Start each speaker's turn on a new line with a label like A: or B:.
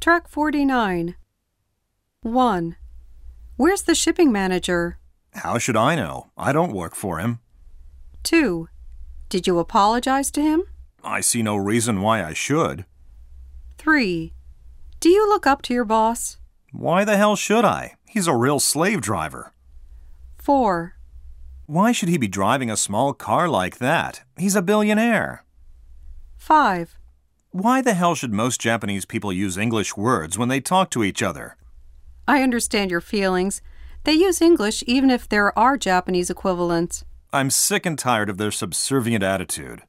A: Track 49. 1. Where's the shipping manager?
B: How should I know? I don't work for him.
A: 2. Did you apologize to him?
B: I see no reason why I should.
A: 3. Do you look up to your boss?
B: Why the hell should I? He's a real slave driver.
A: 4.
B: Why should he be driving a small car like that? He's a billionaire.
A: 5.
B: Why the hell should most Japanese people use English words when they talk to each other?
A: I understand your feelings. They use English even if there are Japanese equivalents.
B: I'm sick and tired of their subservient attitude.